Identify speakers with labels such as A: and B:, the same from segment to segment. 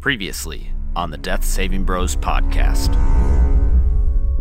A: Previously on the Death Saving Bros podcast.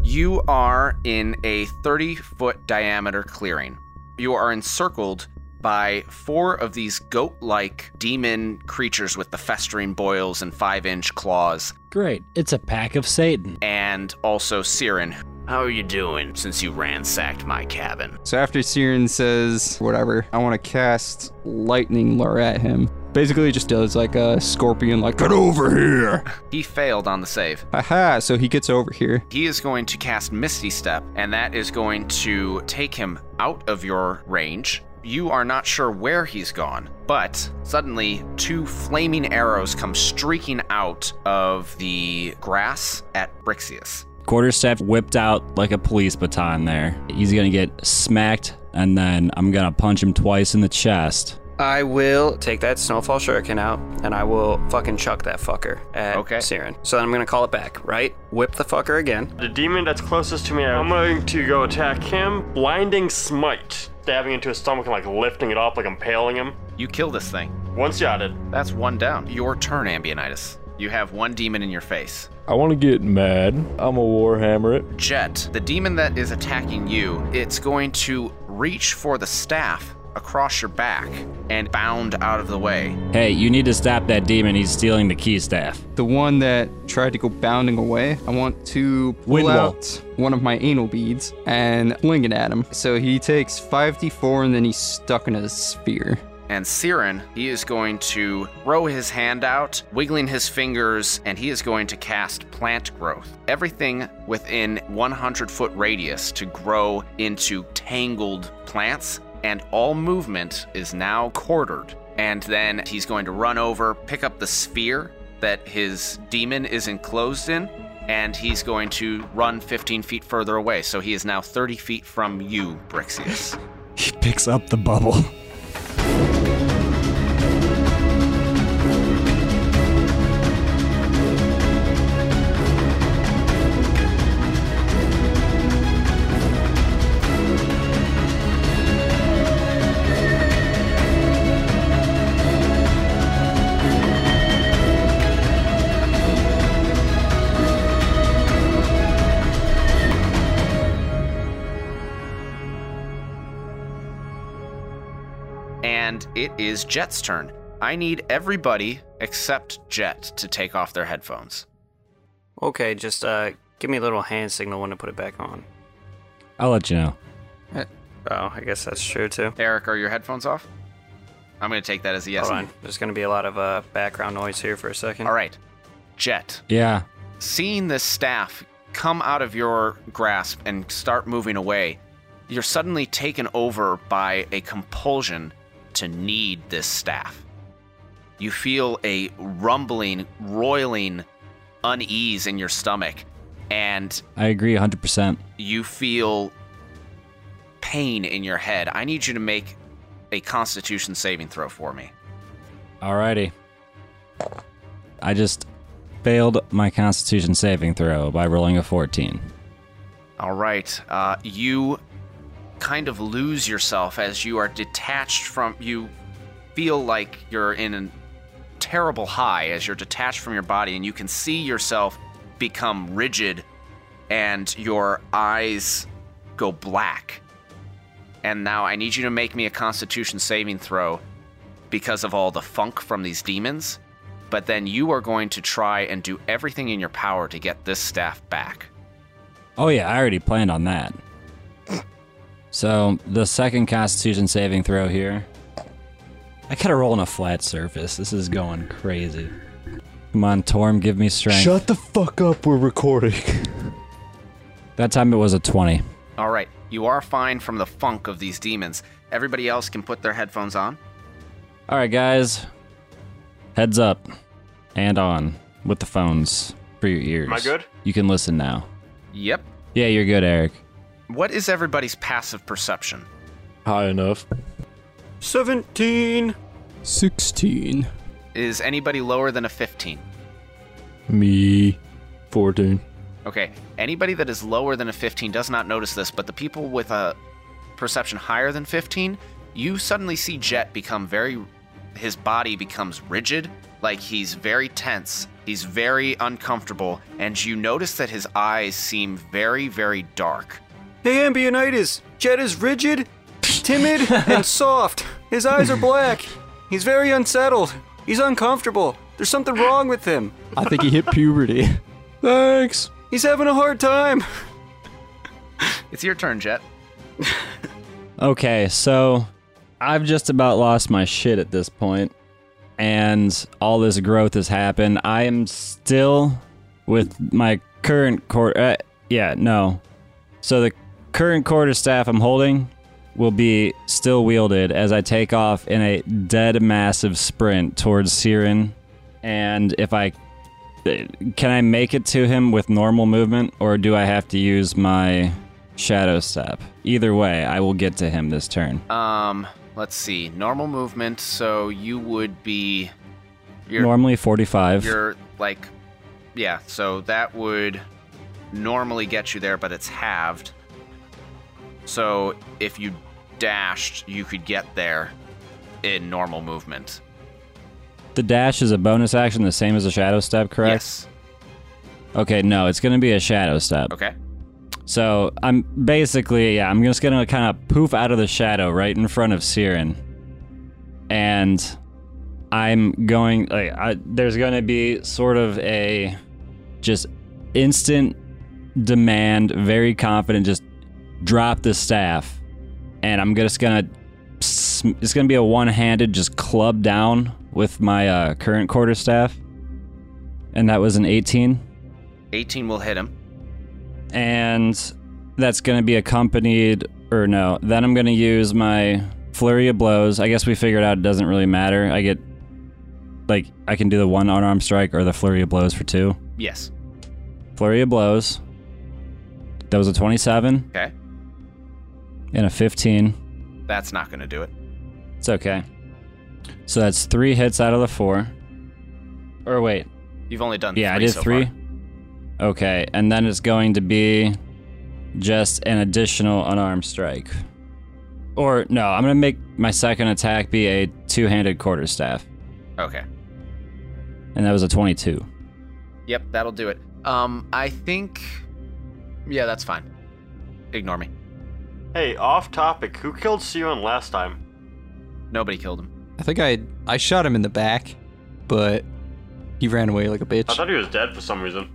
B: You are in a 30 foot diameter clearing. You are encircled by four of these goat like demon creatures with the festering boils and five inch claws,
C: Great. It's a pack of Satan.
B: and also Siren.
A: How are you doing since you ransacked my cabin?
D: So after Siren says whatever, I want to cast lightning lure at him. Basically, just does like a scorpion, like get over here.
B: He failed on the save.
D: Aha! So he gets over here.
B: He is going to cast Misty Step, and that is going to take him out of your range. You are not sure where he's gone, but suddenly two flaming arrows come streaking out of the grass at Brixius.
E: Quarterstaff whipped out like a police baton there. He's gonna get smacked, and then I'm gonna punch him twice in the chest.
F: I will take that snowfall shuriken out and I will fucking chuck that fucker at
B: Okay.
F: Siren. So then I'm gonna call it back, right? Whip the fucker again.
G: The demon that's closest to me, I'm going to go attack him. Blinding smite. Stabbing into his stomach and like lifting it up like I'm paling him.
B: You kill this thing.
G: One shotted.
B: That's one down. Your turn, Ambionitis. You have one demon in your face.
H: I want to get mad. I'm a warhammer it.
B: Jet, the demon that is attacking you, it's going to reach for the staff across your back and bound out of the way.
E: Hey, you need to stop that demon. He's stealing the key staff.
D: The one that tried to go bounding away, I want to pull
H: Windwall.
D: out one of my anal beads and fling it at him. So he takes 5d4 and then he's stuck in a sphere.
B: And Siren, he is going to throw his hand out, wiggling his fingers, and he is going to cast plant growth. Everything within 100 foot radius to grow into tangled plants, and all movement is now quartered. And then he's going to run over, pick up the sphere that his demon is enclosed in, and he's going to run 15 feet further away. So he is now 30 feet from you, Brixius.
E: He picks up the bubble.
B: and it is Jet's turn. I need everybody except Jet to take off their headphones.
F: Okay, just uh give me a little hand signal when to put it back on.
E: I'll let you know.
F: Oh, I guess that's true too.
B: Eric, are your headphones off? I'm going to take that as a yes.
F: Hold on. There's gonna be a lot of uh background noise here for a second.
B: All right. Jet,
E: Yeah.
B: seeing this staff come out of your grasp and start moving away, you're suddenly taken over by a compulsion to need this staff. You feel a rumbling, roiling unease in your stomach, and
E: I agree 100%.
B: you feel pain in your head. I need you to make a constitution saving throw for me.
E: Alrighty. I just failed my constitution saving throw by rolling a 14.
B: All right. Uh, you kind of lose yourself as you are detached from. You feel like you're in a terrible high as you're detached from your body, and you can see yourself become rigid and your eyes go black. And now I need you to make me a constitution saving throw because of all the funk from these demons. But then you are going to try and do everything in your power to get this staff back.
E: Oh, yeah, I already planned on that. So, the second constitution saving throw here. I gotta roll on a flat surface. This is going crazy. Come on, Torm, give me strength.
H: Shut the fuck up, we're recording.
E: that time it was a 20.
B: All right, you are fine from the funk of these demons. Everybody else can put their headphones on.
E: All right, guys. Heads up and on with the phones for your ears.
G: Am I good?
E: You can listen now.
B: Yep.
E: Yeah, you're good, Eric.
B: What is everybody's passive perception?
H: High enough.
F: Seventeen
D: 16.
B: Is anybody lower than a 15?
H: Me. 14.
B: Okay, anybody that is lower than a 15 does not notice this, but the people with a perception higher than 15, you suddenly see Jet become very. His body becomes rigid, Like he's very tense, he's very uncomfortable, and you notice that his eyes seem very, very dark.
F: Hey, Ambionitis, Jed is rigid, timid, and soft. His eyes are black. He's very unsettled. He's uncomfortable. There's something wrong with him.
D: I think he hit puberty.
H: Thanks.
F: He's having a hard time.
B: It's your turn, Jet.
E: Okay, so I've just about lost my shit at this point, and all this growth has happened. I am still with my current quarter. Uh, yeah, no. So the current quarter staff I'm holding will be still wielded as I take off in a dead massive sprint towards Siren, and if I uh, can I make it to him with normal movement, or do I have to use my Shadow Step. Either way, I will get to him this turn.
B: Um, let's see. Normal movement, so you would be you're,
E: Normally 45.
B: you're like yeah, so that would normally get you there, but it's halved. So if you dashed, you could get there in normal movement.
E: The dash is a bonus action, the same as a Shadow Step, correct?
B: Yes.
E: Okay, no, it's going to be a Shadow Step.
B: Okay.
E: So I'm basically, yeah, I'm just going to kind of poof out of the shadow right in front of Siren. And I'm going, like, I, there's going to be sort of a just instant demand, very confident, just drop the staff. And I'm just going to, it's going to be a one handed just club down with my uh, current quarter staff. And that was an 18
B: 18 will hit him.
E: and that's going to be accompanied or no then i'm going to use my flurry of blows i guess we figured out it doesn't really matter i get like i can do the one unarmed strike or the flurry of blows for two
B: Yes.
E: flurry of blows that was a 27
B: Okay.
E: and a 15
B: That's not going to do it.
E: it's okay so that's three hits out of the four or wait
B: You've only done
E: Yeah, I
B: three
E: did
B: so
E: three.
B: far.
E: Okay, and then it's going to be just an additional unarmed strike. Or no, I'm gonna make my second attack be a two-handed quarterstaff,
B: Okay.
E: and that was a 22.
B: Yep, that'll do it. Um, I think. Yeah, that's fine. Ignore me.
G: Hey, off topic. Who killed Siren last time?
B: Nobody killed him.
D: I think I I shot him in the back, but he ran away like a bitch.
G: I thought he was dead for some reason.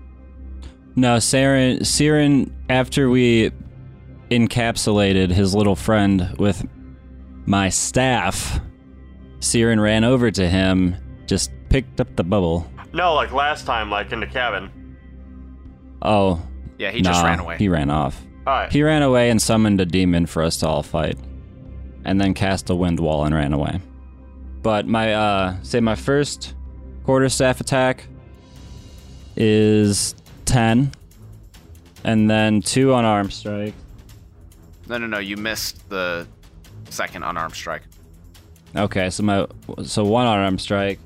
E: No, Saren, Siren, after we encapsulated his little friend with my staff, Siren ran over to him, just picked up the bubble.
G: No, like last time, like in the cabin.
E: Oh,
B: Yeah, he just
E: nah,
B: ran away.
E: He ran off.
G: Alright.
E: He ran away and summoned a demon for us to all fight, and then cast a wind wall and ran away. But my uh, say my first quarterstaff attack is ten, and then two unarmed strike.
B: No, no, no. You missed the second unarmed strike.
E: Okay, so my so one unarmed strike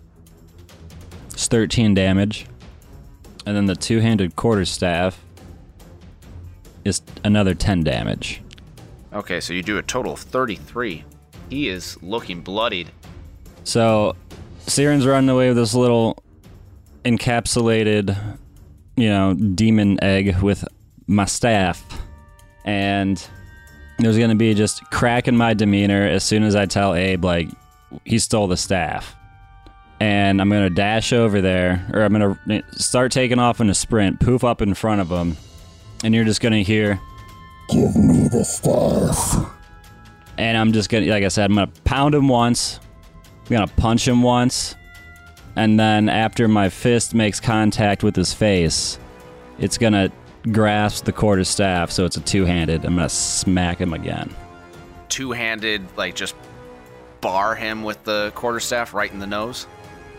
E: is thirteen damage, and then the two-handed quarterstaff is another ten damage.
B: Okay, so you do a total of 33. He is looking bloodied.
E: So, Siren's running away with this little encapsulated, you know, demon egg with my staff. And there's going to be just crack in my demeanor as soon as I tell Abe, like, he stole the staff. And I'm going to dash over there, or I'm going to start taking off in a sprint, poof up in front of him. And you're just going to hear,
I: Give me the staff.
E: and I'm just gonna, like I said, I'm gonna pound him once, I'm gonna punch him once, and then after my fist makes contact with his face, it's gonna grasp the quarter staff, so it's a two handed. I'm gonna smack him again.
B: Two handed, like just bar him with the quarterstaff right in the nose.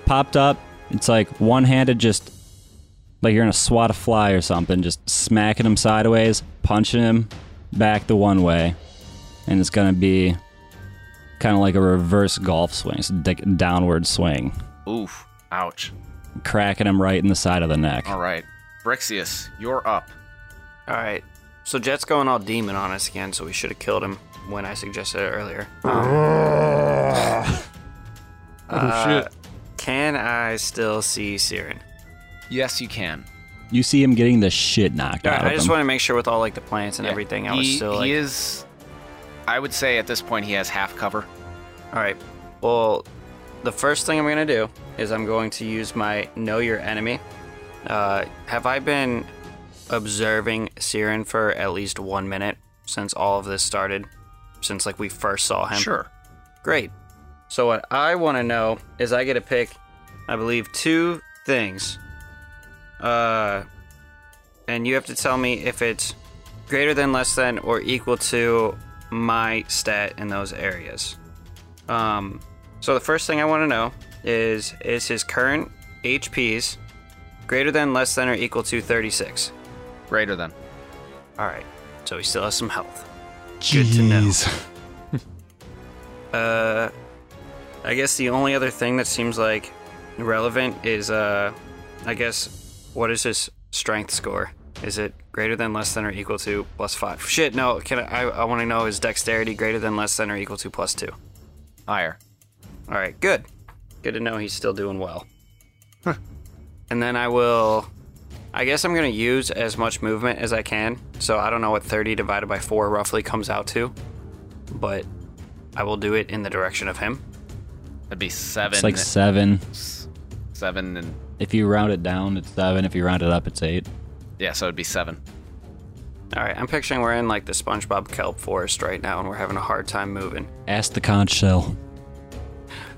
E: Popped up, it's like one handed, just like you're gonna swat a fly or something, just smacking him sideways, punching him back the one way, and it's gonna be kind of like a reverse golf swing, it's a dick- downward swing.
B: Oof. Ouch.
E: cracking him right in the side of the neck.
B: All right. Brixius, you're up.
F: All right. So Jet's going all demon on us again, so we should have killed him when I suggested it earlier.
H: Uh,
D: oh shit!
F: Can I still see Siren?
B: Yes, you can.
E: You see him getting the shit knocked out of
F: I just
E: him.
F: want to make sure with all like the plants and everything, I was
B: he,
F: still like,
B: he is. I would say at this point he has half cover.
F: all right. Well, the first thing I'm gonna do is I'm going to use my know your enemy. Uh, have I been observing Siren for at least one minute since all of this started? Since like we first saw him.
B: Sure.
F: Great. So what I want to know is I get to pick, I believe, two things. Uh, and you have to tell me if it's greater than, less than, or equal to my stat in those areas. Um, so the first thing I want to know is is his current HPs greater than, less than, or equal to 36.
B: Greater than.
F: All right. So he still has some health.
E: Good to know.
F: Uh, I guess the only other thing that seems like relevant is, uh, I guess, what is his strength score? Is it greater than, less than, or equal to plus five? Shit, no. Can I? I, I want to know is dexterity greater than, less than, or equal to plus two?
B: Higher.
F: All right, good. Good to know he's still doing well. And then I will. I guess I'm going to use as much movement as I can. So I don't know what 30 divided by 4 roughly comes out to, but I will do it in the direction of him.
B: That'd be seven.
E: It's like seven.
B: seven and
E: If you round it down, it's seven. If you round it up, it's eight.
B: yeah, so it'd be seven.
F: All right, I'm picturing we're in like the SpongeBob kelp forest right now and we're having a hard time moving.
E: Ask the conch shell.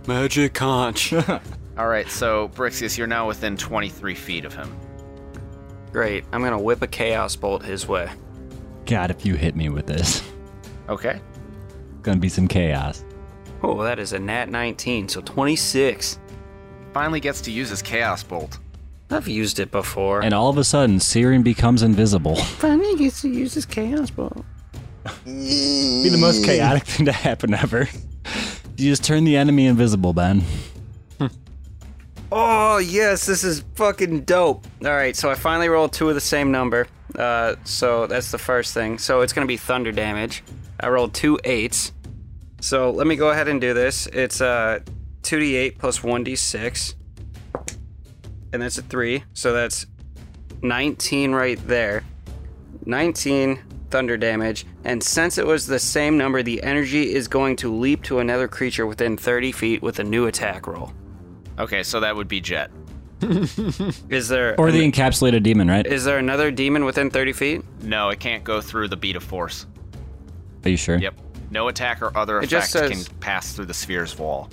F: Magic conch.
B: All right, so Brixius, you're now within 23 feet of him.
F: Great. I'm going to whip a chaos bolt his way.
E: God, if you hit me with this,
B: Okay.
E: it's gonna be some chaos.
F: Oh, that is a nat 19, so 26.
B: Finally gets to use his chaos bolt.
F: I've used it before.
E: And all of a sudden, Siren becomes invisible.
F: finally gets to use his chaos bolt.
E: be the most chaotic thing to happen ever. You just turn the enemy invisible, Ben.
F: Oh, yes, this is fucking dope. All right, so I finally rolled two of the same number. Uh, so that's the first thing. So it's going to be thunder damage. I rolled two eights. So let me go ahead and do this. It's uh, 2d8 plus 1d6. And that's a 3. So that's 19 right there. 19 thunder damage. And since it was the same number, the energy is going to leap to another creature within 30 feet with a new attack roll.
B: Okay, so that would be Jet.
F: Is there
E: Or the encapsulated demon, right?
F: Is there another demon within 30 feet?
B: No, it can't go through the beat of force.
E: Are you sure?
B: Yep. No attack or other effect
F: It just says-
B: can pass through the sphere's wall.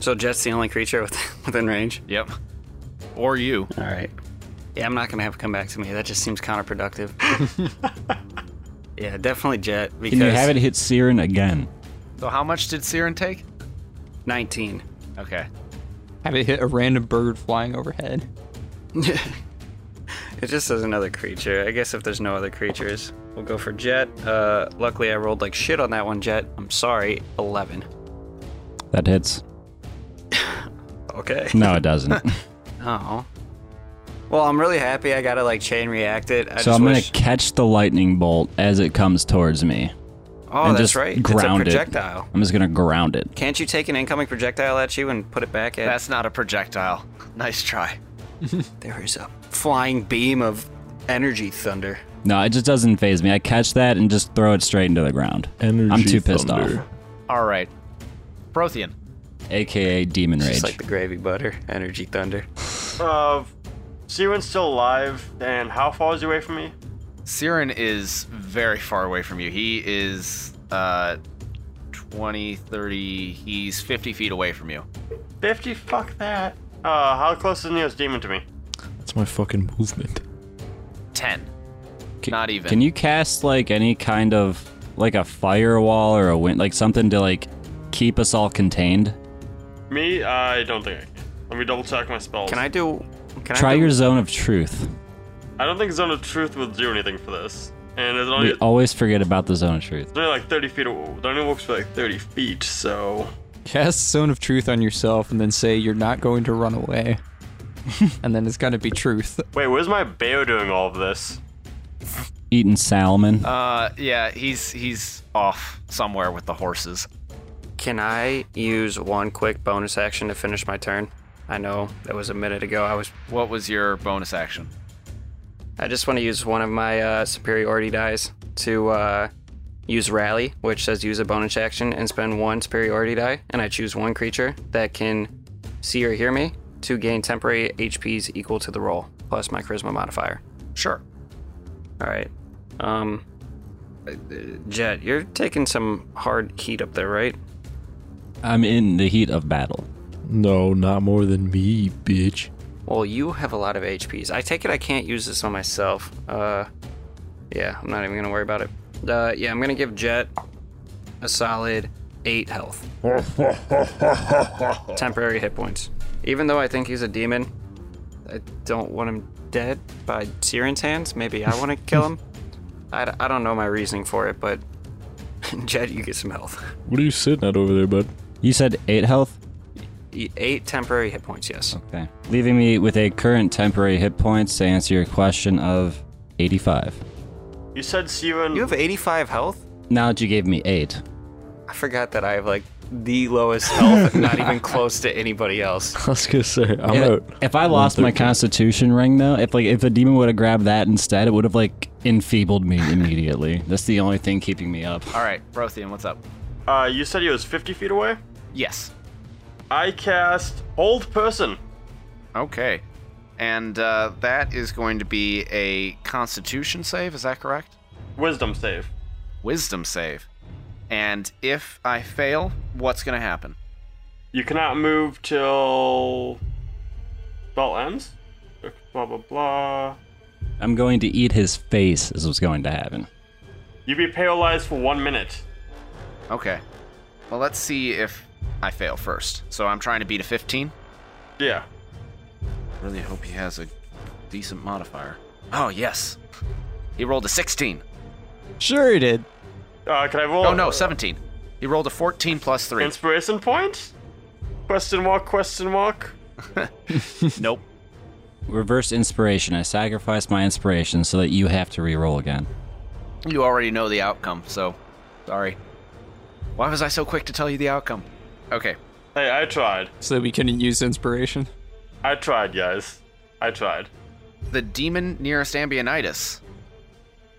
F: So Jet's the only creature within, within range.
B: Yep. Or you.
F: All right. Yeah, I'm not gonna have it come back to me. That just seems counterproductive. yeah, definitely Jet because
E: Can you have it hit Siren again?
B: So how much did Siren take?
F: 19.
B: Okay.
D: Have it hit a random bird flying overhead.
F: It just says another creature. I guess if there's no other creatures, we'll go for Jet. Uh, luckily I rolled like shit on that one, Jet. I'm sorry. 11.
E: That hits.
F: Okay.
E: No, it doesn't.
F: Oh. Well, I'm really happy I gotta like chain react it. I
E: so
F: just
E: I'm
F: wish-
E: gonna catch the lightning bolt as it comes towards me.
F: Oh,
E: and
F: that's
E: just
F: right.
E: ground
F: it's
E: it.
F: a projectile.
E: I'm just gonna ground it.
F: Can't you take an incoming projectile at you and put it back at?
B: That's not a projectile. Nice try.
F: there is a flying beam of energy thunder.
E: No, it just doesn't phase me. I catch that and just throw it straight into the ground.
H: Energy
E: I'm too pissed
H: thunder.
E: off.
B: All right. Prothean.
E: AKA demon
F: It's
E: rage.
F: just like the gravy butter, energy thunder.
G: Uh, Siren's still alive, and how far is he away from me?
B: Siren is very far away from you. He is uh 20, 30, he's 50 feet away from you.
G: 50? Fuck that. Uh, how close is the nearest demon to me?
H: That's my fucking movement.
B: 10.
E: Ca-
B: Not even.
E: Can you cast like any kind of like a firewall or a wind, like something to like keep us all contained?
G: Me? I don't think I can. Let me double check my spells.
F: Can I do? Can
E: Try
F: I do,
E: your zone of truth.
G: I don't think Zone of Truth will do anything for this. And there's
H: Oh,
G: only,
E: We always forget about the zone of truth.
G: it's only like 30 feet. It only works for like 30 feet, so.
D: Cast Zone of Truth on yourself and then say you're not going to run away. and then it's going to be truth.
G: Wait, where's my bear doing all of this?
E: Eating salmon.
B: Uh yeah, he's he's off somewhere with the horses.
F: Can I use one quick bonus action to finish my turn? I know that was a minute ago. I was.
B: What was your bonus action?
F: I just want to use one of my uh, superiority dies to uh, use rally, which says use a bonus action and spend one superiority die, and I choose one creature that can see or hear me to gain temporary HPs equal to the roll plus my charisma modifier.
B: Sure.
F: All right. Um, uh, Jet, you're taking some hard heat up there, right?
E: I'm in the heat of battle.
H: No, not more than me, bitch.
F: Well, you have a lot of HPs. I take it I can't use this on myself. Uh, yeah, I'm not even gonna worry about it. Uh, yeah, I'm gonna give Jet a solid eight health. Temporary hit points. Even though I think he's a demon, I don't want him dead by Siren's hands. Maybe I want to kill him. I, d- I don't know my reasoning for it, but Jet, you get some health.
H: What are you sitting at over there, bud?
E: You said eight health?
F: E- Eight temporary hit points, yes.
E: Okay. Leaving me with a current temporary hit points to answer your question of 85.
G: You said Steven.
F: You have 85 health?
E: Now that you gave me eight,
F: I forgot that I have like the lowest health, not even close to anybody else.
H: I was gonna say, I'm
E: if,
H: out.
E: if I lost my constitution ring though, if like if a demon would have grabbed that instead, it would have like enfeebled me immediately. That's the only thing keeping me up.
B: All right, Brothian, what's up?
G: Uh, you said he was 50 feet away.
B: Yes.
G: I cast Hold Person.
B: Okay. And uh, that is going to be a Constitution save. Is that correct?
G: Wisdom save.
B: Wisdom save. And if I fail, what's going to happen?
G: You cannot move till spell ends. Blah blah blah.
E: I'm going to eat his face is what's going to happen.
G: You be paralyzed for one minute.
B: Okay. Well, let's see if I fail first. So I'm trying to beat a 15.
G: Yeah.
B: Really hope he has a decent modifier. Oh, yes. He rolled a 16.
D: Sure he did.
G: Uh, can I roll?
B: Oh, no, 17. He rolled a 14 plus 3.
G: Inspiration point? Question mark? Question mark?
B: Nope.
E: Reverse inspiration. I sacrificed my inspiration so that you have to re-roll again.
B: You already know the outcome, so sorry. Why was I so quick to tell you the outcome? Okay.
G: Hey, I tried.
D: So we couldn't use inspiration.
G: I tried, guys. I tried.
B: The demon nearest Ambionitis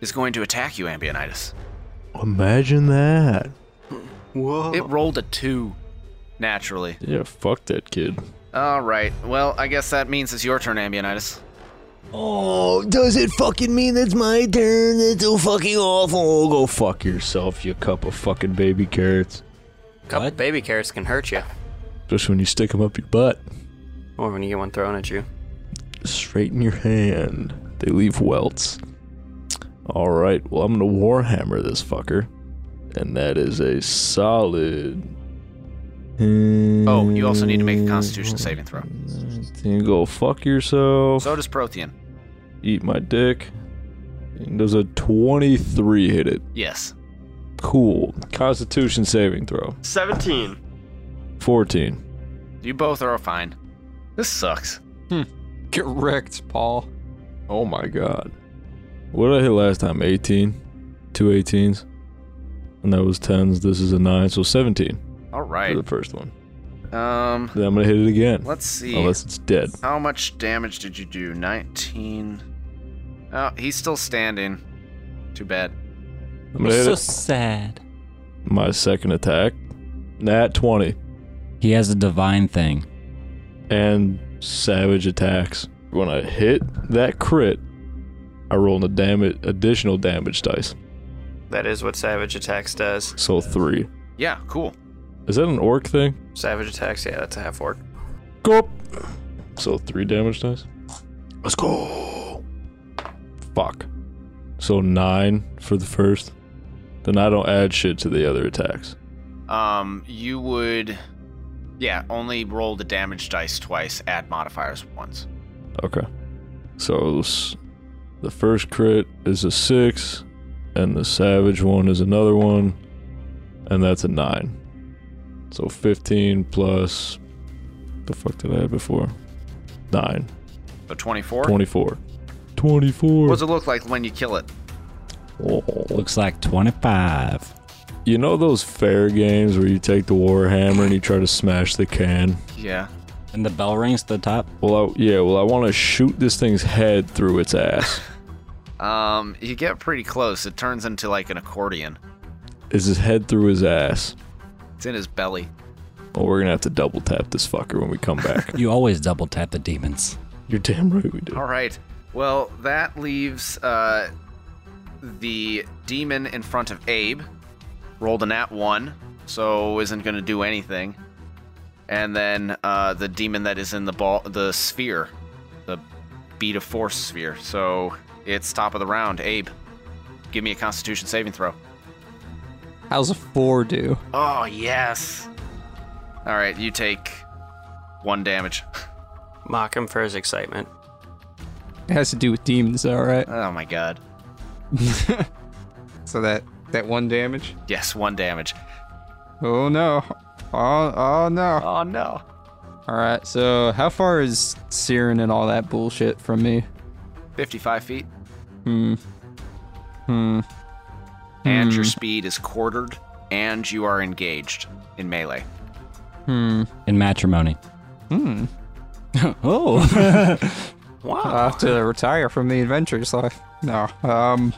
B: is going to attack you, Ambionitis.
H: Imagine that.
B: It rolled a 2, naturally.
H: Yeah, fuck that kid.
B: All right. Well, I guess that means it's your turn, Ambionitis.
H: Oh, does it fucking mean that's my turn? That's so fucking awful. Go fuck yourself, you cup of fucking baby carrots.
F: Couple baby carrots can hurt you,
H: Especially when you stick them up your butt.
F: or when you get one thrown at you.
H: Straighten your hand. They leave welts. Alright, well, I'm gonna Warhammer this fucker. And that is a solid.
B: Oh, you also need to make a Constitution saving throw.
H: You go fuck yourself.
B: So does Prothean.
H: Eat my dick. And does a 23 hit it?
B: Yes.
H: Cool. Constitution saving throw.
G: 17.
H: 14.
B: You both are fine. This sucks.
D: Get wrecked, Paul.
H: Oh my god. What did I hit last time? 18? Two 18s? And that was 10s. This is a 9, so 17
B: All
H: for
B: right.
H: the first one.
B: Um,
H: Then I'm gonna hit it again.
B: let's see.
H: Unless it's dead.
B: How much damage did you do? 19. Oh, he's still standing. Too bad.
H: I'm gonna hit it.
E: sad.
H: my second attack. Nat 20.
E: He has a divine thing.
H: And savage attacks. When I hit that crit, I roll an damage, additional damage dice.
F: That is what savage attacks does.
H: So three.
B: Yeah, cool.
H: Is that an orc thing?
F: Savage attacks, yeah, that's a half orc.
H: Go up. So three damage dice. Let's go. Fuck. So nine for the first. Then I don't add shit to the other attacks.
B: Um, you would, yeah, only roll the damage dice twice, add modifiers once.
H: Okay. So s- the first crit is a six, and the savage one is another one, and that's a nine. So 15 plus. The fuck did I have before? Nine.
B: So 24.
H: 24. 24.
B: What does it look like when you kill it?
H: Oh.
E: Looks like 25.
H: You know those fair games where you take the warhammer and you try to smash the can?
B: Yeah.
E: And the bell rings to the top.
H: Well, I, yeah. Well, I want to shoot this thing's head through its ass.
B: Um, you get pretty close. It turns into like an accordion.
H: Is his head through his ass?
B: It's in his belly.
H: Well, we're gonna have to double tap this fucker when we come back.
C: You always double tap the demons.
H: You're damn right we do.
B: All right. Well, that leaves uh, the demon in front of Abe. Rolled a nat one, so isn't going to do anything. And then uh, the demon that is in the ball, the sphere, the beat of force sphere. So it's top of the round. Abe, give me a Constitution saving throw.
D: How's a four do?
B: Oh yes. All right, you take one damage.
F: Mock him for his excitement.
D: It has to do with demons, all right.
B: Oh my god.
D: So that that one damage.
B: Yes, one damage.
D: Oh no. Oh oh no.
B: Oh no.
D: All right. So how far is Siren and all that bullshit from me?
B: 55 feet. Hmm. Hmm. And your speed is quartered, and you are engaged in melee.
E: In matrimony. Hmm. oh.
D: I have to retire from the adventurous life. No. Um.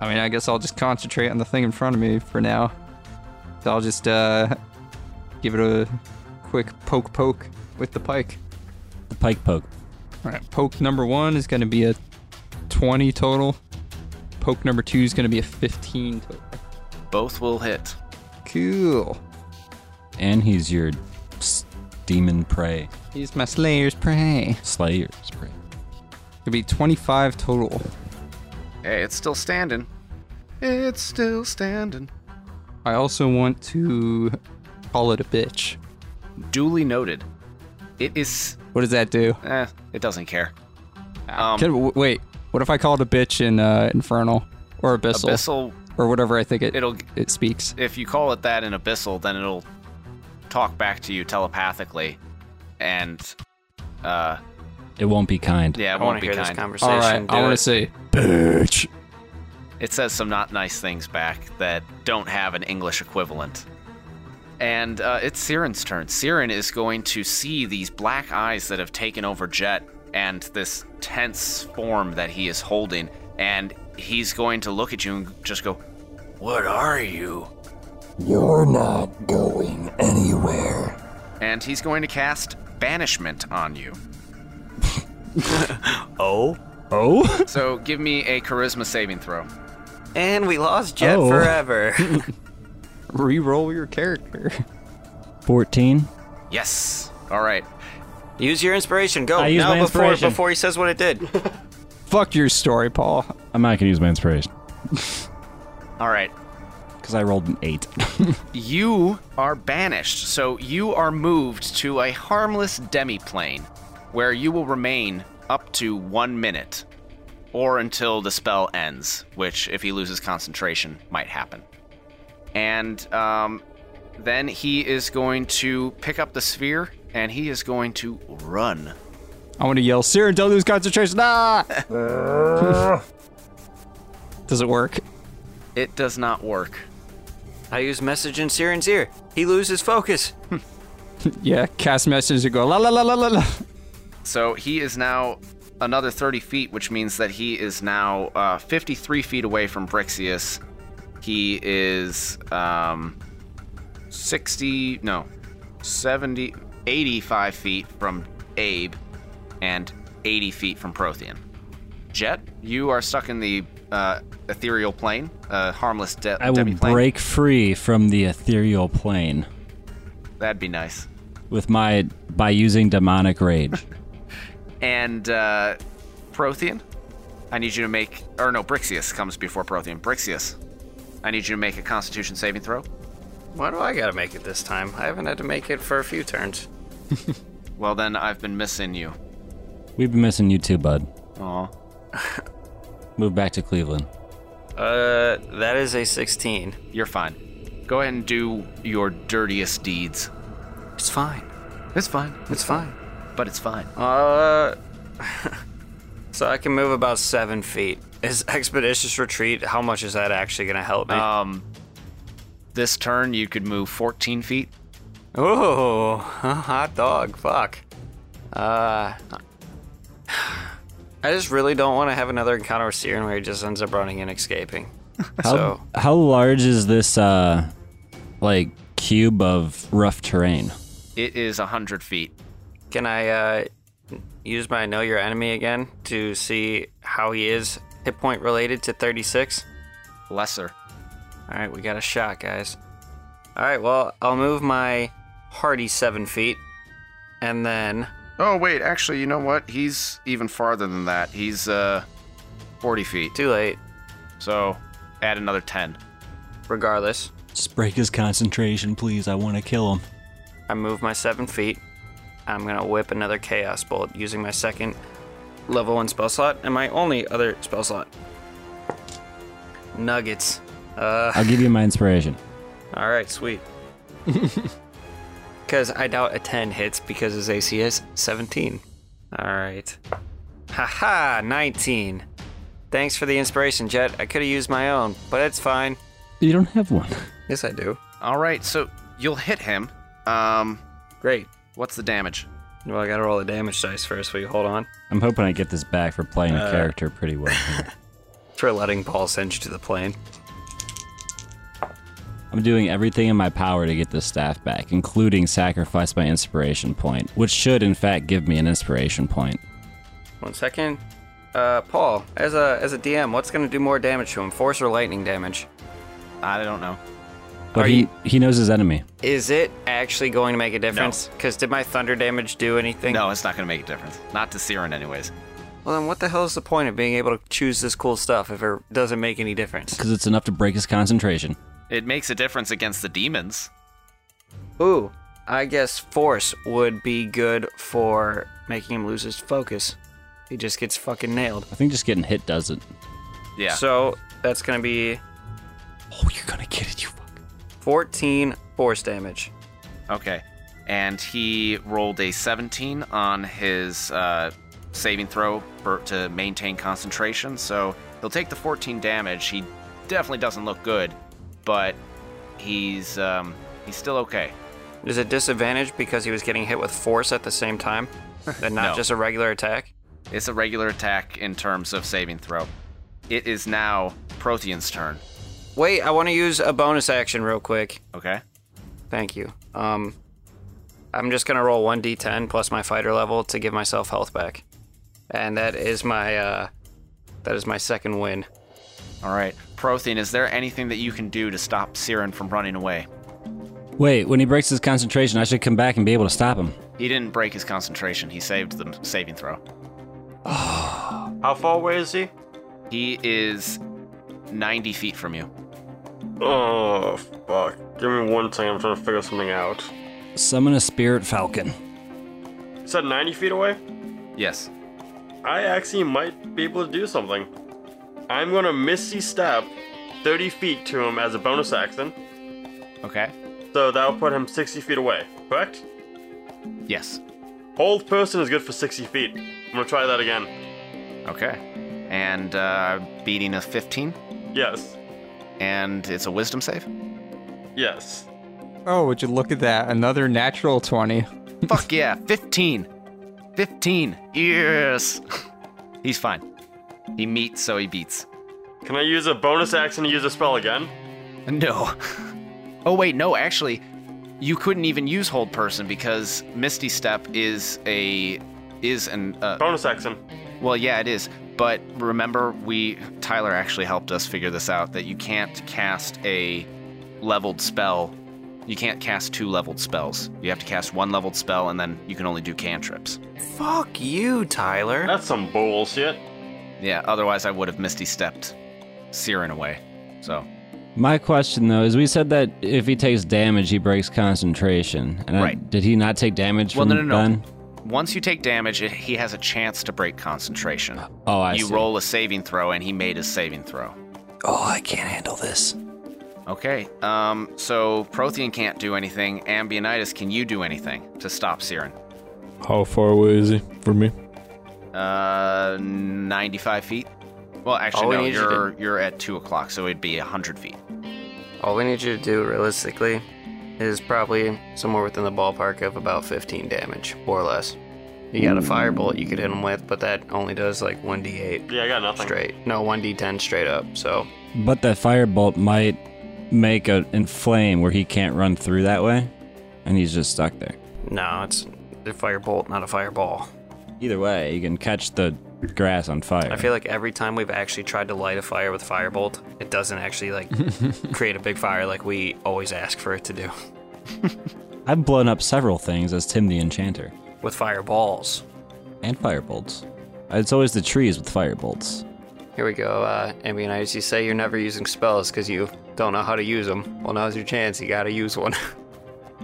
D: I mean, I guess I'll just concentrate on the thing in front of me for now. So I'll just uh, give it a quick poke, poke with the pike.
E: the pike poke.
D: All right, poke number one is going to be a 20 total. Poke number two is going to be a 15 total.
B: Both will hit.
D: Cool.
E: And he's your s- demon prey.
D: He's my slayer's prey.
E: Slayer's prey.
D: It'll be 25 total.
B: Hey, it's still standing. It's still standing.
D: I also want to call it a bitch.
B: Duly noted. It is.
D: What does that do?
B: Eh, it doesn't care.
D: Can- w- wait, what if I call it a bitch in uh, Infernal or Abyssal,
B: Abyssal.
D: or whatever I think it
B: It'll.
D: it speaks?
B: If you call it that in Abyssal, then it'll talk back to you telepathically, and uh,
E: It won't be kind.
B: yeah, it
F: I
B: won't
F: want
B: be
F: to hear this
B: kind.
F: conversation.
D: All right, I
F: Do
D: want to
F: it.
D: say
H: Bitch.
B: It says some not nice things back that don't have an English equivalent. And uh, it's Siren's turn. Siren is going to see these black eyes that have taken over Jet and this tense form that he is holding. And he's going to look at you and just go, What are you?
I: You're not going anywhere.
B: And he's going to cast Banishment on you. oh? Oh? so give me a Charisma saving throw.
F: And we lost Jet forever.
D: re-roll your character.
E: 14.
B: Yes. All right.
F: Use your inspiration. Go
E: I use
F: now
E: my
F: before
E: inspiration.
F: before he says what it did.
D: Fuck your story, Paul.
E: I'm not going to use my inspiration
B: All right.
E: because I rolled an 8.
B: You are banished, so you are moved to a harmless demi-plane, where you will remain up to one minute, or until the spell ends, which, if he loses concentration, might happen. And um, then he is going to pick up the sphere, and he is going to run.
D: I want to yell, Siren, don't lose concentration. Ah! Does it work?
B: It does not work.
F: I use message in Siren's ear. He loses focus.
D: Yeah, cast message and go la la la la la la.
B: So he is now another 30 feet, which means that he is now uh, 53 feet away from Brixius. He is um, 60, no, 70, 85 feet from Abe and 80 feet from Prothean. Jet, you are stuck in the uh, ethereal plane, uh, harmless de-
E: I will
B: demiplane.
E: break free from the ethereal plane
B: That'd be nice.
E: with my by using demonic rage.
B: And uh, Prothean, I need you to make, or no, Brixius comes before Prothean. Brixius, I need you to make a Constitution saving throw.
F: Why do I gotta make it this time? I haven't had to make it for a few turns.
B: Well, then I've been missing you.
E: We've been missing you too, bud.
B: Aw.
E: Move back to Cleveland.
F: Uh, that is a 16.
B: You're fine. Go ahead and do your dirtiest deeds.
F: It's fine.
B: It's fine,
F: It's fine.
B: but it's fine.
F: Uh, so I can move about seven feet. Is expeditious retreat? How much is that actually gonna help me?
B: Um, this turn you could move 14 feet.
F: Oh, hot dog. Fuck. Uh, I just really don't want to have another encounter with Siren where he just ends up running and escaping. so,
E: How large is this, uh, like, cube of rough terrain?
B: It is 100 feet.
F: can I uh, use my Know Your Enemy again to see how he is hit point related to 36?
B: Lesser.
F: All right, we got a shot, guys. All right, well, I'll move my Hardy seven feet, and then
B: Oh, wait, actually, you know what? He's even farther than that. He's, uh, 40 feet.
F: too late.
B: So, add another 10.
F: Regardless,
C: Just break his concentration, please. I want to kill him.
F: I move my seven feet. I'm gonna whip another Chaos Bolt using my second level one spell slot and my only other spell slot. Nuggets. Uh,
E: I'll give you my inspiration.
F: all right, sweet. Because I doubt a 10 hits because his AC is 17. All right. Haha, 19. Thanks for the inspiration, Jet. I could have used my own, but it's fine.
E: You don't have one.
F: Yes, I do.
B: All right, so you'll hit him. Um,
F: Great.
B: what's the damage?
F: Well, I gotta roll the damage dice first. Will you hold on?
E: I'm hoping I get this back for playing a character pretty well. here.
F: For letting Paul send you to the plane.
E: I'm doing everything in my power to get this staff back, including sacrifice my inspiration point, which should, in fact, give me an inspiration point.
F: One second. Uh, Paul, as a as a DM, what's gonna do more damage to him, force or lightning damage?
B: I don't know.
E: But
F: Are
E: he,
F: you-
E: he knows his enemy.
F: Is it actually going to make a difference? Because did my thunder damage do anything?
B: No, it's not going to make a difference. Not to Siren, anyways.
F: Well, then what the hell is the point of being able to choose this cool stuff if it doesn't make any difference?
E: Because it's enough to break his concentration.
B: It makes a difference against the demons.
F: Ooh, I guess force would be good for making him lose his focus. He just gets fucking nailed.
E: I think just getting hit does it.
B: Yeah.
F: So that's gonna be
C: Oh, you're gonna get it, you fuck.
F: 14 force damage.
B: Okay. And he rolled a 17 on his uh, saving throw for, to maintain concentration. So he'll take the 14 damage. He definitely doesn't look good, but he's um, he's still okay.
F: Is it disadvantage because he was getting hit with force at the same time? And not
B: No.
F: just a regular attack?
B: It's a regular attack in terms of saving throw. It is now Prothean's turn.
F: Wait, I want to use a bonus action real quick.
B: Okay.
F: Thank you. Um, I'm just gonna roll one d10 plus my fighter level to give myself health back, and that is my uh, that is my second win.
B: All right. Prothean, is there anything that you can do to stop Siren from running away?
E: Wait, when he breaks his concentration, I should come back and be able to stop him.
B: He didn't break his concentration. He saved the saving throw.
G: How far away is he?
B: He is 90 feet from you.
G: Oh, fuck. Give me one second. I'm trying to figure something out.
E: Summon a spirit falcon.
G: You said 90 feet away?
B: Yes.
G: I actually might be able to do something. I'm gonna Misty Step 30 feet to him as a bonus action,
B: Okay.
G: so that'll put him 60 feet away, correct?
B: Yes.
G: Hold person is good for 60 feet. I'm gonna try that again.
B: Okay. And uh, beating a 15,
G: Yes.
B: and it's a wisdom save.
G: Yes.
D: Oh, would you look at that? Another natural 20.
B: Fuck yeah, 15. 15. Yes. He's fine. He meets, so he beats.
G: Can I use a bonus action to use a spell again?
B: No. Oh, wait, no, actually, you couldn't even use hold person because Misty Step is a. Is an. Uh,
G: Bonus action.
B: Well, yeah, it is. But remember, we Tyler actually helped us figure this out that you can't cast a leveled spell. You can't cast two leveled spells. You have to cast one leveled spell, and then you can only do cantrips.
F: Fuck you, Tyler.
G: That's some bullshit.
B: Yeah, otherwise I would have misty stepped Siren away. So
E: My question, though, is we said that if he takes damage, he breaks concentration. And I-
B: Right.
E: did he not take damage
B: well,
E: from
B: no, no, no.
E: Ben?
B: Once you take damage, it, he has a chance to break concentration.
E: Oh, I
B: you
E: see.
B: roll a saving throw, and he made his saving throw.
C: Oh, I can't handle this.
B: Okay. Um. So Prothean can't do anything. Ambionitis, can you do anything to stop Siren?
H: How far away is he from me?
B: Uh, 95 feet. Well,
F: All we
B: actually, no,
F: need you to
B: you're you're at two o'clock, so it'd be 100 feet.
F: All we need you to do realistically is probably somewhere within the ballpark of about 15 damage, more or less. You got a fire bullet you could hit him with, but that only does like 1d8
G: Yeah, I got nothing.
F: straight. No, 1d10 straight up. So
E: But that firebolt might make a inflame where he can't run through that way, and he's just stuck there.
F: no, it's a firebolt, not a fireball.
E: Either way, you can catch the grass on fire.
F: I feel like every time we've actually tried to light a fire with firebolt, it doesn't actually like create a big fire like we always ask for it to do
E: I've blown up several things as Tim the Enchanter
F: with fireballs.
E: and firebolts. It's always the trees with firebolts.
F: Here we go, uh, Emmy and I. You say you're never using spells because you don't know how to use them. Well, now's your chance. You gotta use one.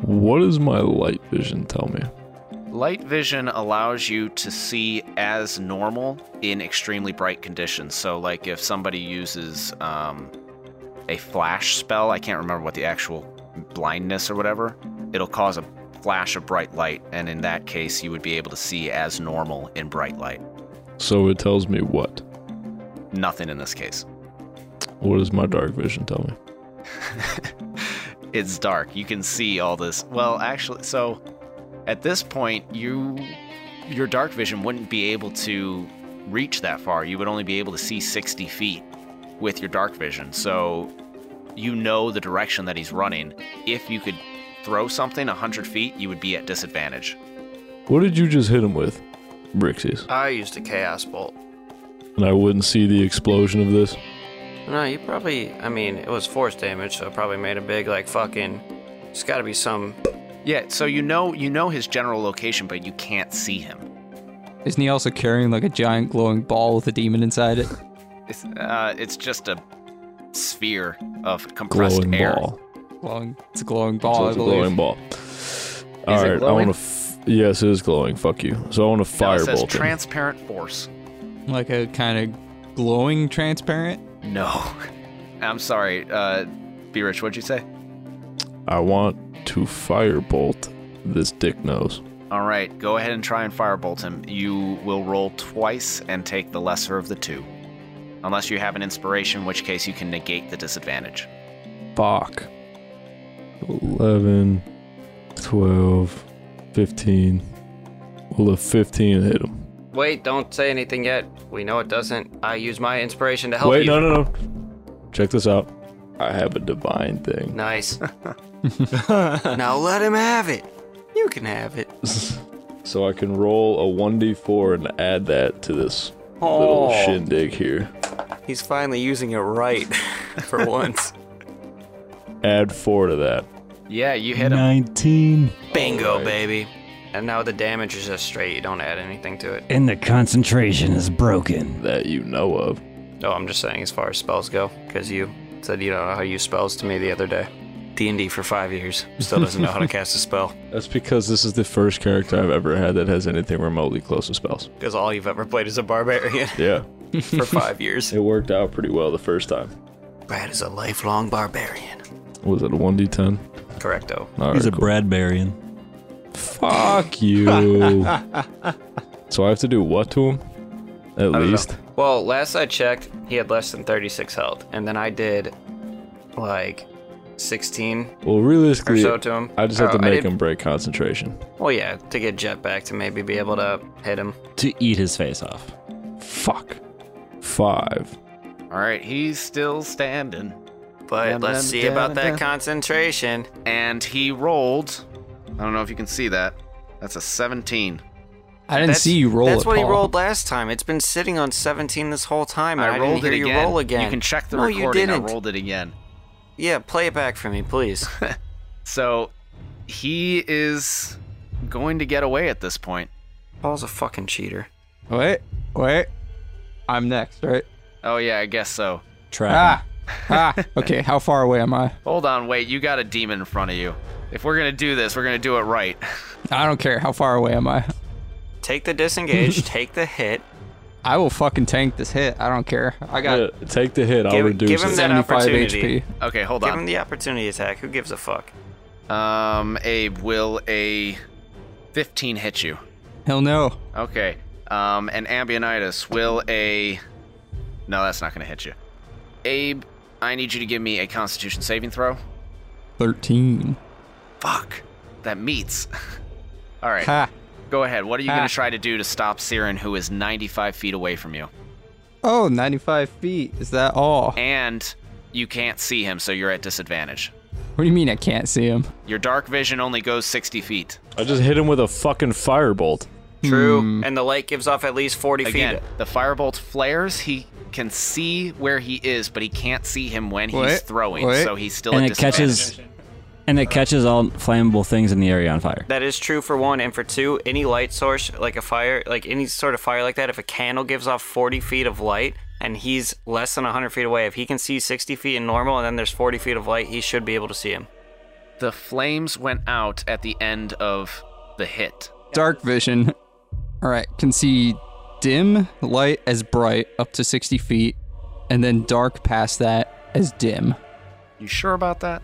H: What does my light vision tell me?
B: Light vision allows you to see as normal in extremely bright conditions. So, like if somebody uses um, a flash spell, I can't remember what the actual blindness or whatever, it'll cause a flash of bright light, and in that case, you would be able to see as normal in bright light.
H: So it tells me what?
B: Nothing in this case.
H: What does my dark vision tell me?
B: It's dark. You can see all this. Well, actually, so at this point, you your dark vision wouldn't be able to reach that far. You would only be able to see 60 feet with your dark vision. So you know the direction that he's running. If you could throw something 100 feet, you would be at disadvantage.
H: What did you just hit him with? Brixies.
F: I used a chaos bolt.
H: And I wouldn't see the explosion of this.
F: No, you probably. I mean, it was force damage, so it probably made a big like fucking. It's gotta be some.
B: Yeah. So you know you know his general location, but you can't see him.
D: Isn't he also carrying like a giant glowing ball with a demon inside it?
B: It's uh, it's just a sphere of compressed
H: Glowing
B: air.
H: ball.
D: Glowing, it's a glowing ball,
H: So
D: Oh, I
H: it's a
D: believe.
H: glowing ball. All right, I
B: glowing?
H: want to. F- yes, it is glowing. Fuck you. So I want to
B: No, it
H: firebolt.
B: says
H: him.
B: transparent force.
D: Like a kind of glowing transparent.
B: No. I'm sorry. Uh, Be Rich, what'd you say?
H: I want to firebolt this dick nose.
B: All right, go ahead and try and firebolt him. You will roll twice and take the lesser of the two. Unless you have an inspiration, in which case you can negate the disadvantage.
H: Fuck. 11, 12, 15. Will a 15 hit him?
F: Wait, don't say anything yet. We know it doesn't. I use my inspiration to help
H: Wait,
F: you.
H: no, no, no. Check this out. I have a divine thing.
F: Nice. now let him have it. You can have it.
H: So I can roll a 1d4 and add that to this little
F: Oh.
H: shindig here.
F: He's finally using it right for once.
H: Add 4 to that.
B: Yeah, you hit him.
E: 19.
F: Bingo, baby. And now the damage is just straight. You don't add anything to it.
E: And the concentration is broken.
H: That you know of.
F: No, I'm just saying as far as spells go, because you said you don't know how to use spells to me the other day. D&D for five years. Still doesn't know how to cast a spell,
H: That's because this is the first character I've ever had that has anything remotely close to spells.
F: because all you've ever played is a barbarian
H: Yeah.
F: for five years.
H: It worked out pretty well the first time.
F: Brad is a lifelong barbarian.
H: Was it a 1d10?
F: Correcto.
H: All
E: He's a
H: right, cool.
E: Bradbarian.
H: Fuck you. so I have to do what to him? At least?
F: Well, last I checked, he had less than 36 health, and then I did, like, 16
H: Well,
F: or
H: realistically,
F: so to him.
H: I just have
F: Oh,
H: to make
F: did-
H: him break concentration.
F: Well, yeah, to get Jet back to maybe be able to hit him.
E: To eat his face off.
H: Fuck. Five.
B: All right, he's still standing.
F: But
B: Dun, dun,
F: let's see
B: dun,
F: about that
B: dun.
F: concentration.
B: And he rolled. I don't know if you can see that. That's a 17.
D: I didn't see you roll
F: That's
D: it,
F: what he
D: Paul.
F: rolled last time. It's been sitting on 17 this whole time. and
B: I,
F: I,
B: rolled
F: didn't
B: it
F: hear
B: again.
F: You roll again.
B: You can check the
F: no,
B: recording.
F: you didn't.
B: I rolled it again.
F: Yeah, play it back for me, please.
B: So he is going to get away at this point.
F: Paul's a fucking cheater.
D: Wait, wait. I'm next, right?
B: Oh, yeah, I guess so.
E: Trap.
D: Ah, ah. Okay, how far away am I?
B: Hold on, wait, you got a demon in front of you. If we're gonna do this, we're gonna do it right.
D: I don't care. How far away am I?
F: Take the disengage, take the hit.
D: I will fucking tank this hit. I don't care. I got
H: Yeah, take the hit. I'll
F: Give-
H: reduce
F: give him
H: it.
F: that-
D: 75
F: opportunity.
D: HP.
B: Okay, hold
F: Give him
B: on.
F: the opportunity attack. Who gives a fuck?
B: Um, Abe, will a 15 hit you?
D: Hell no.
B: Okay. Um, and Ambionitis, will a. No, that's not gonna hit you. Abe, I need you to give me a Constitution saving throw.
D: 13.
B: Fuck. That meets. All right.
D: Ha.
B: Go ahead. What are you going
D: Ha.
B: to try to do to stop Siren, who is 95 feet away from you?
D: Oh, 95 feet. Is that all?
B: And you can't see him, so you're at disadvantage.
D: What do you mean I can't see him?
B: Your dark vision only goes 60 feet.
H: I just hit him with a fucking firebolt.
F: True. And the light gives off at least 40
B: Hmm. Again,
F: feet.
B: the firebolt flares. He can see where he is, but he can't see him when he's
D: Wait,
B: throwing,
D: wait.
B: so he's still
E: and
B: at
E: it catches and it catches all flammable things in the area on fire.
F: That is true for one, and for two, any light source, like a fire, like any sort of fire like that, if a candle gives off 40 feet of light and he's less than 100 feet away, if he can see 60 feet in normal and then there's 40 feet of light, he should be able to see him.
B: The flames went out at the end of the hit.
D: Dark vision. All right, can see dim, light as bright, up to 60 feet, and then dark past that as dim.
B: You sure about that?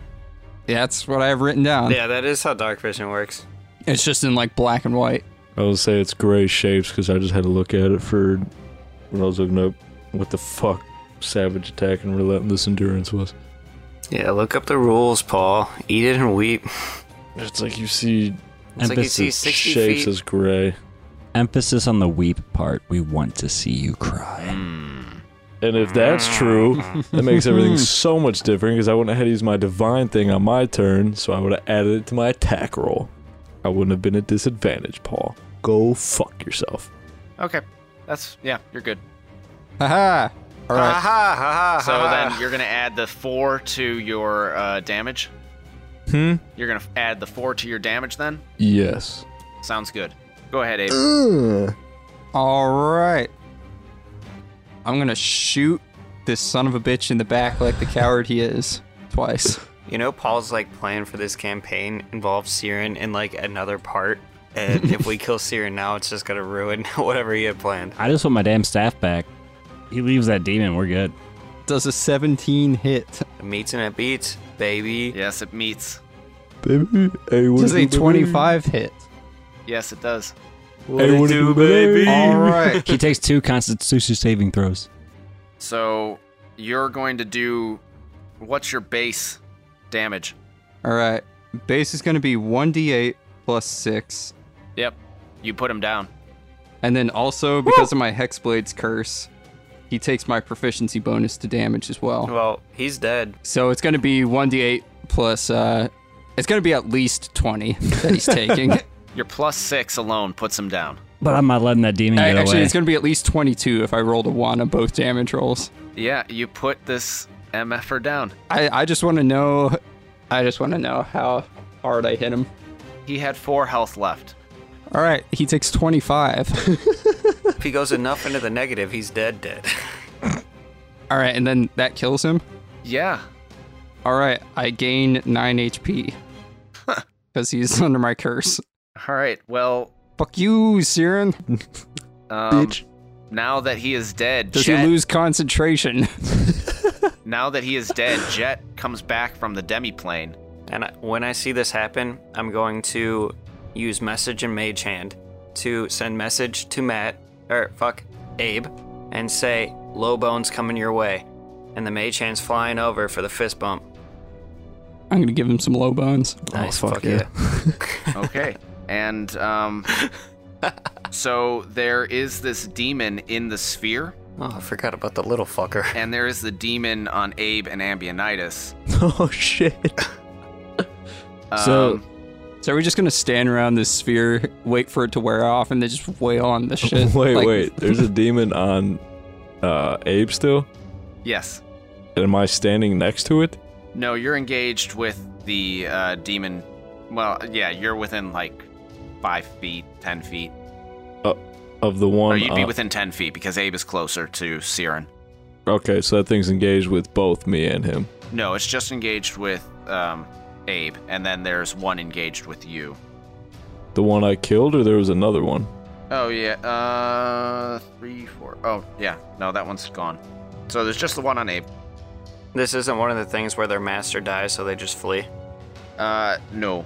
D: That's what I have written down.
F: Yeah, that is how dark vision works.
D: It's just in like black and white.
H: I would say it's gray shapes because I just had to look at it for when I was looking up what the fuck savage attack and relentless endurance was.
F: Yeah, look up the rules, Paul. Eat it and weep.
H: It's like you see
F: It's like you see
E: emphasis,
F: 60
H: shapes
F: feet.
H: as gray,
E: emphasis on the weep part. We want to see you cry.
H: and if that's true, that makes everything so much different because I went ahead and used my divine thing on my turn, so I would have added it to my attack roll. I wouldn't have been at disadvantage, Paul. Go fuck yourself.
B: Okay. That's, yeah, you're good.
D: Haha. All right.
F: ha ha ha.
B: So then you're going to add the four to your uh, damage?
H: Hmm.
B: You're going to add the four to your damage then?
H: Yes.
B: Sounds good. Go ahead, Abe.
D: All right. I'm gonna shoot this son of a bitch in the back like the coward he is twice.
F: You know, Paul's like plan for this campaign involves Siren in like another part, and if we kill Siren now, it's just gonna ruin whatever he had planned.
E: I just want my damn staff back. He leaves that demon, we're good.
D: Does a 17 hit?
F: Meets and it beats, baby.
B: Yes, it meets.
H: Baby, hey, what
D: Does
H: it
D: a
H: do, baby?
D: 25 hit?
B: Yes, it does.
H: Hey, what it do, baby?
D: All right.
E: He takes two constitution saving throws.
B: So you're going to do. What's your base damage?
D: All right. Base is gonna be 1d8 plus six,
B: Yep. You put him down.
D: and then also because of my hexblade's curse, he takes my proficiency bonus to damage as well.
F: Well, he's dead.
D: So it's gonna be 1d8 plus. Uh, it's gonna be at least 20 that he's taking.
B: Your plus six alone puts him down.
E: But I'm not letting that demon get
D: Actually,
E: away.
D: it's gonna be at least 22 if I rolled a one on both damage rolls.
B: Yeah, you put this MFer down.
D: I, I just want to know. I just want to know how hard I hit him.
B: He had four health left.
D: All right, he takes 25.
F: If he goes enough into the negative, he's dead, dead.
D: All right, and then that kills him.
B: Yeah.
D: All right, I gain 9 HP because he's under my curse.
B: All right. Well,
D: Fuck you, Siren.
B: um, now that he is dead,
D: Does
B: Jet,
D: he lose concentration?
B: now that he is dead, Jet comes back from the demiplane.
F: And I, when I see this happen, I'm going to use message and mage hand to send message to Matt or fuck Abe and say low bones coming your way, and the mage hand's flying over for the fist bump.
D: I'm gonna give him some low bones.
F: Nice,
H: fuck
F: Oh, fuck
H: yeah.
F: yeah.
B: Okay. and um, so there is this demon in the sphere.
F: Oh, I forgot about the little fucker.
B: and there is the demon on Abe and Ambionitis.
H: Oh shit.
B: Um,
E: So-
D: So are we just gonna stand around this sphere, wait for it to wear off, and then just wail on the shit?
H: wait,
D: Like-
H: wait. There's a demon on uh, Abe still.
B: yes,
H: And am I standing next to it?
B: no, you're engaged with the uh, demon. Well, yeah, you're within like five feet, ten feet,
H: Of the one. uh,
B: or you'd be
H: on-
B: within ten feet because Abe is closer to Siren.
H: okay, so that thing's engaged with both me and him.
B: No, it's just engaged with um, Abe, and then there's one engaged with you.
H: The one I killed, or there was another one.
B: Oh yeah, uh, three, four. Oh yeah, no, that one's gone. So there's just the one on Abe.
F: This isn't one of the things where their master dies, so they just flee.
B: Uh, no,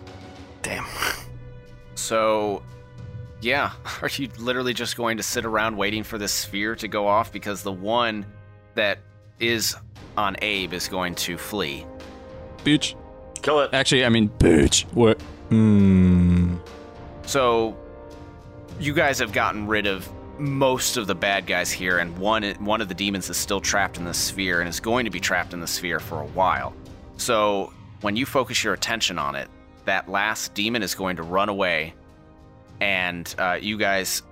F: Damn.
B: So, yeah, are you literally just going to sit around waiting for this sphere to go off? Because the one that is on Abe is going to flee.
D: Bitch.
G: Kill it.
D: Actually, I mean,
H: Bitch. What? Hmm.
B: So you guys have gotten rid of most of the bad guys here, and one one of the demons is still trapped in the sphere and is going to be trapped in the sphere for a while. So when you focus your attention on it, that last demon is going to run away, and uh, you guys,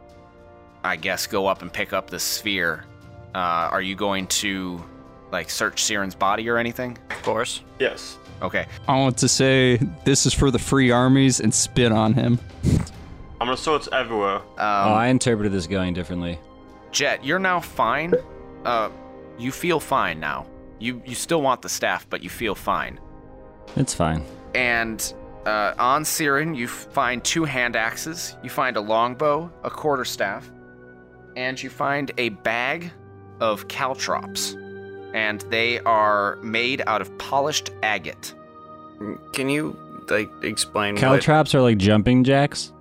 B: I guess, go up and pick up the sphere. Uh, are you going to like search Siren's body or anything?
F: Of course.
G: Yes.
B: Okay.
D: I want to say this is for the free armies and spit on him.
G: I'm gonna search everywhere.
E: oh, I interpreted this going differently.
B: Jet, you're now fine. Uh, you feel fine now. You you still want the staff, but you feel fine.
E: It's fine.
B: And uh, on Siren, you find two hand axes. You find a longbow, a quarterstaff, and you find a bag of caltrops. And they are made out of polished agate.
F: Can you like explain what
E: Caltrops are like jumping jacks,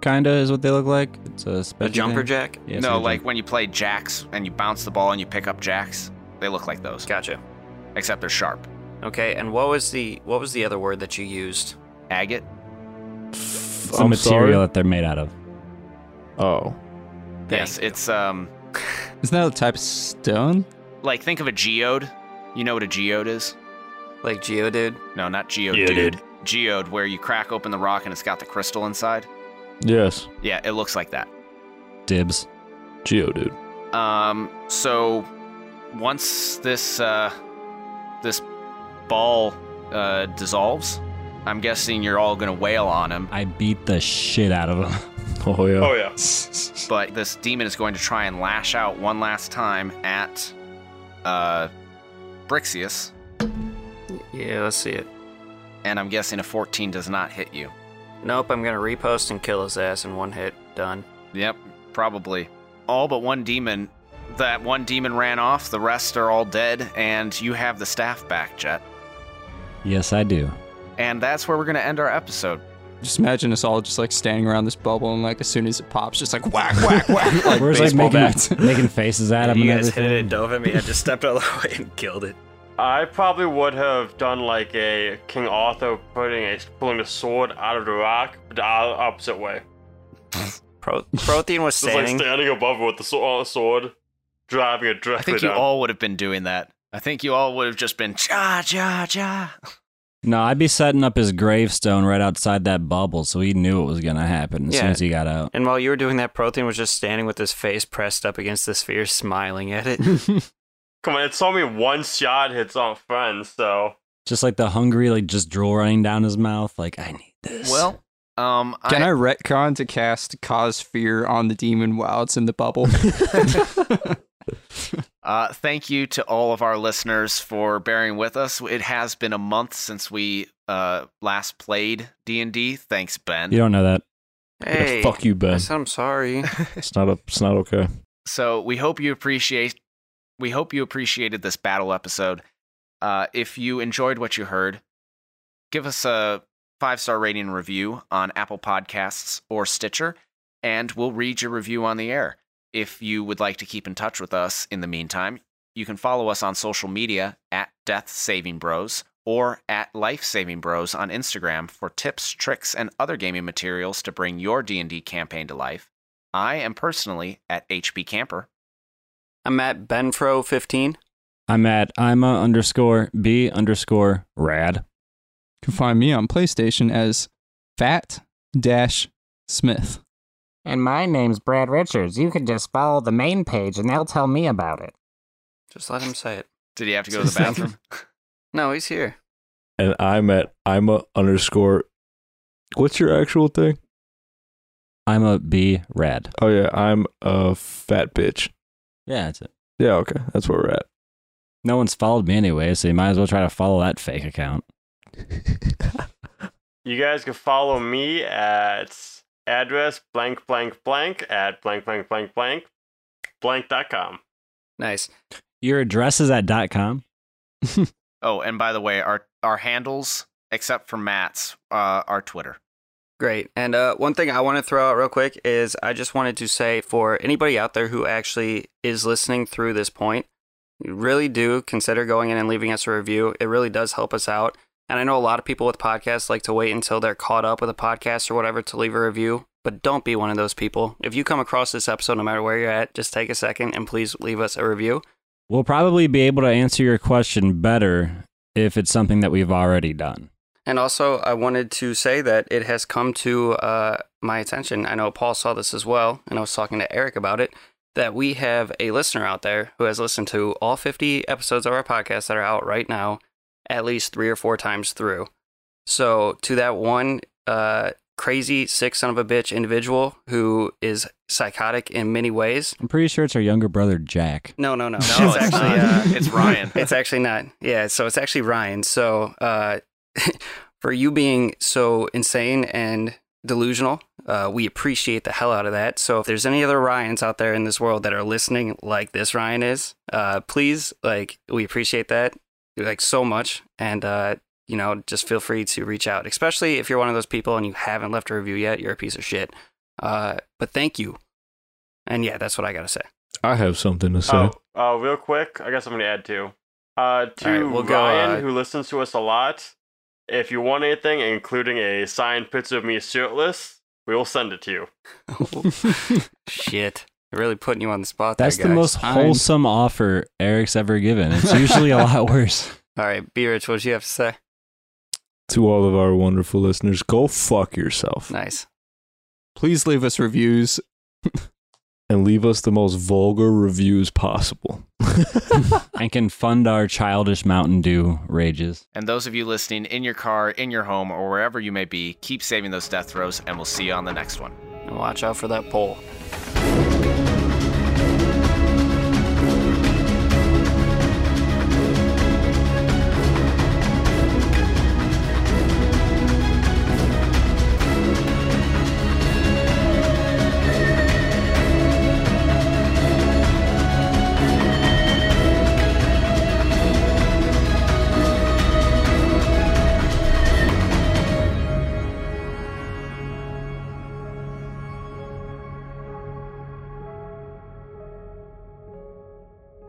E: kinda is what they look like. It's a
F: a
E: special
F: jumper
E: thing.
F: jack?
E: Yeah, it's
B: no,
E: a
B: like
E: jump-
B: when you play jacks and you bounce the ball and you pick up jacks, they look like those,
F: Gotcha.
B: except they're sharp.
F: Okay, and what was the what was the other word that you used?
B: Agate?
E: it's a
H: I'm
E: material
H: sorry?
E: that they're made out of.
H: Oh.
B: yes, it's um
D: Isn't that a type of stone?
B: like think of a geode. You know what a geode is?
F: Like geodude?
B: No, not geode.
G: Geode.
B: dude. Geode, where you crack open the rock and it's got the crystal inside.
H: Yes.
B: Yeah, it looks like that.
E: Dibs.
H: Geodude.
B: Um, so once this uh, this ball uh, dissolves, I'm guessing you're all gonna wail on him.
E: I beat the shit out of them.
H: Oh yeah.
G: Oh yeah.
B: But this demon is going to try and lash out one last time at uh, Brixius,
F: Yeah, let's see it.
B: and I'm guessing a 14 does not hit you.
F: Nope, I'm gonna repost and kill his ass in one hit. Done.
B: Yep, probably. All but one demon. That one demon ran off. The rest are all dead, and you have the staff back, Jet.
E: Yes, I do.
B: And that's where we're gonna end our episode.
D: Just imagine us all just like standing around this bubble, and like as soon as it pops, just like whack, whack, whack, like
E: We're just
D: baseball
E: like
D: bats.
E: making, making faces at him and everything.
F: it, dove at me. I just stepped out of the way and killed it.
G: I probably would have done like a King Arthur putting a pulling the sword out of the rock, but the o- opposite way.
F: Pro- Prothean was
G: Just
F: standing.
G: like standing above it with the so- uh, sword, driving it
B: I
G: directly
B: think you
G: down.
B: all would have been doing that. I think you all would have just been ja ja ja.
E: No, I'd be setting up his gravestone right outside that bubble, so he knew it was gonna happen as
F: Yeah.
E: soon as he got out.
F: and while you were doing that, Prothean was just standing with his face pressed up against the sphere, smiling at it.
G: Come on, it's only one shot hits on friends, so
E: Just like the hungry, like just drool running down his mouth. Like I need this.
B: Well, um,
D: Can I
B: I,
D: retcon to cast cause fear on the demon while it's in the bubble?
B: uh, thank you to all of our listeners for bearing with us. It has been a month since we uh, last played D and D. Thanks, Ben.
E: you don't know that.
F: hey,
H: Fuck you,
F: I
H: Ben.
F: said I'm sorry.
H: It's not a, It's not okay.
B: So we hope you appreciate we hope you appreciated this battle episode. Uh, if you enjoyed what you heard, give us a five star rating and review on Apple Podcasts or Stitcher, and we'll read your review on the air. If you would like to keep in touch with us in the meantime, you can follow us on social media at Death Saving Bros or at Life Saving Bros on Instagram for tips, tricks, and other gaming materials to bring your D&D campaign to life. I am personally at HP Camper.
F: I'm at Benfro15.
E: I'm at Ima underscore B underscore rad.
D: You can find me on PlayStation as Fat Dash Smith.
J: And my name's Brad Richards. You can just follow the main page and they'll tell me about it.
F: Just let him say it.
B: Did he have to go to the bathroom?
F: No, he's here.
H: And I'm at I'm a underscore. What's your actual thing?
E: I'm a B rad.
H: Oh yeah, I'm a fat bitch.
E: Yeah, that's it.
H: Yeah, okay, that's where we're at.
E: No one's followed me anyway, so you might as well try to follow that fake account.
G: you guys can follow me at address blank blank blank at blank blank blank blank blank dot com.
F: Nice.
E: Your address is at dot com.
B: oh, and by the way, our our handles, except for Matt's, uh, are Twitter.
F: Great. And uh, one thing I want to throw out real quick is I just wanted to say for anybody out there who actually is listening through this point, you really do consider going in and leaving us a review. It really does help us out. And I know a lot of people with podcasts like to wait until they're caught up with a podcast or whatever to leave a review, but don't be one of those people. If you come across this episode, no matter where you're at, just take a second and please leave us a review.
E: We'll probably be able to answer your question better if it's something that we've already done.
F: And also, I wanted to say that it has come to uh, my attention. I know Paul saw this as well, and I was talking to Eric about it. That we have a listener out there who has listened to all 50 episodes of our podcast that are out right now at least three or four times through. So, to that one uh, crazy, sick son of a bitch individual who is psychotic in many ways,
E: I'm pretty sure it's our younger brother, Jack.
F: no, no,
K: No,
F: no. it's
K: it's
F: actually
K: not.
F: uh,
K: It's Ryan.
F: It's actually not. Yeah, so it's actually Ryan. So uh, for you being so insane and delusional, uh, we appreciate the hell out of that. So if there's any other Ryans out there in this world that are listening, like this Ryan is, uh, please, like, we appreciate that like so much, and uh, you know, just feel free to reach out. Especially if you're one of those people and you haven't left a review yet, you're a piece of shit. Uh, but thank you. And yeah, that's what I gotta say.
H: I have something to say.
G: Oh, uh, real quick, I got something to add to. Uh, to
F: All right, we'll go,
G: Ryan,
F: uh,
G: who listens to us a lot, if you want anything, including a signed picture of me shirtless, we will send it to you.
F: Shit, really putting you on the spot.
E: That's
F: there,
E: the
F: guys.
E: most wholesome offer Eric's ever given. It's usually a lot worse.
F: All right, B Rich, what do you have to say?
H: To all of our wonderful listeners, go fuck yourself
F: Nice.
D: Please leave us reviews.
H: and leave us the most vulgar reviews possible.
E: and can fund our childish Mountain Dew rages.
K: And those of you listening in your car, in your home, or wherever you may be, keep saving those death throws, and we'll see you on the next one.
F: And watch out for that pole.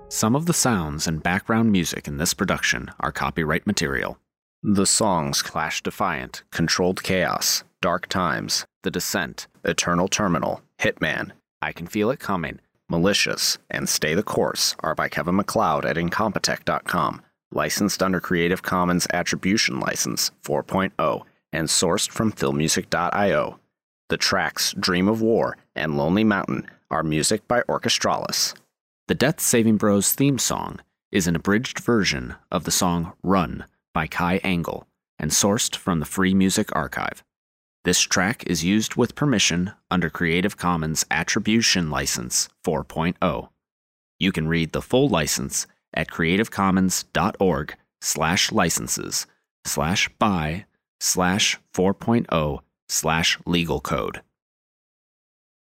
B: Some of the sounds and background music in this production are copyright material. The songs Clash Defiant, Controlled Chaos, Dark Times, The Descent, Eternal Terminal, Hitman, I Can Feel It Coming, Malicious, and Stay the Course are by Kevin McLeod at Incompetech.com, licensed under Creative Commons Attribution License 4.0, and sourced from filmmusic.io. The tracks Dream of War and Lonely Mountain are music by Orchestralis. The Death Saving Bros theme song is an abridged version of the song Run by Kai Angle and sourced from the Free Music Archive. This track is used with permission under Creative Commons Attribution License 4.0. You can read the full license at creativecommons.org slash licenses oh, slash buy slash 4.0 slash legal code.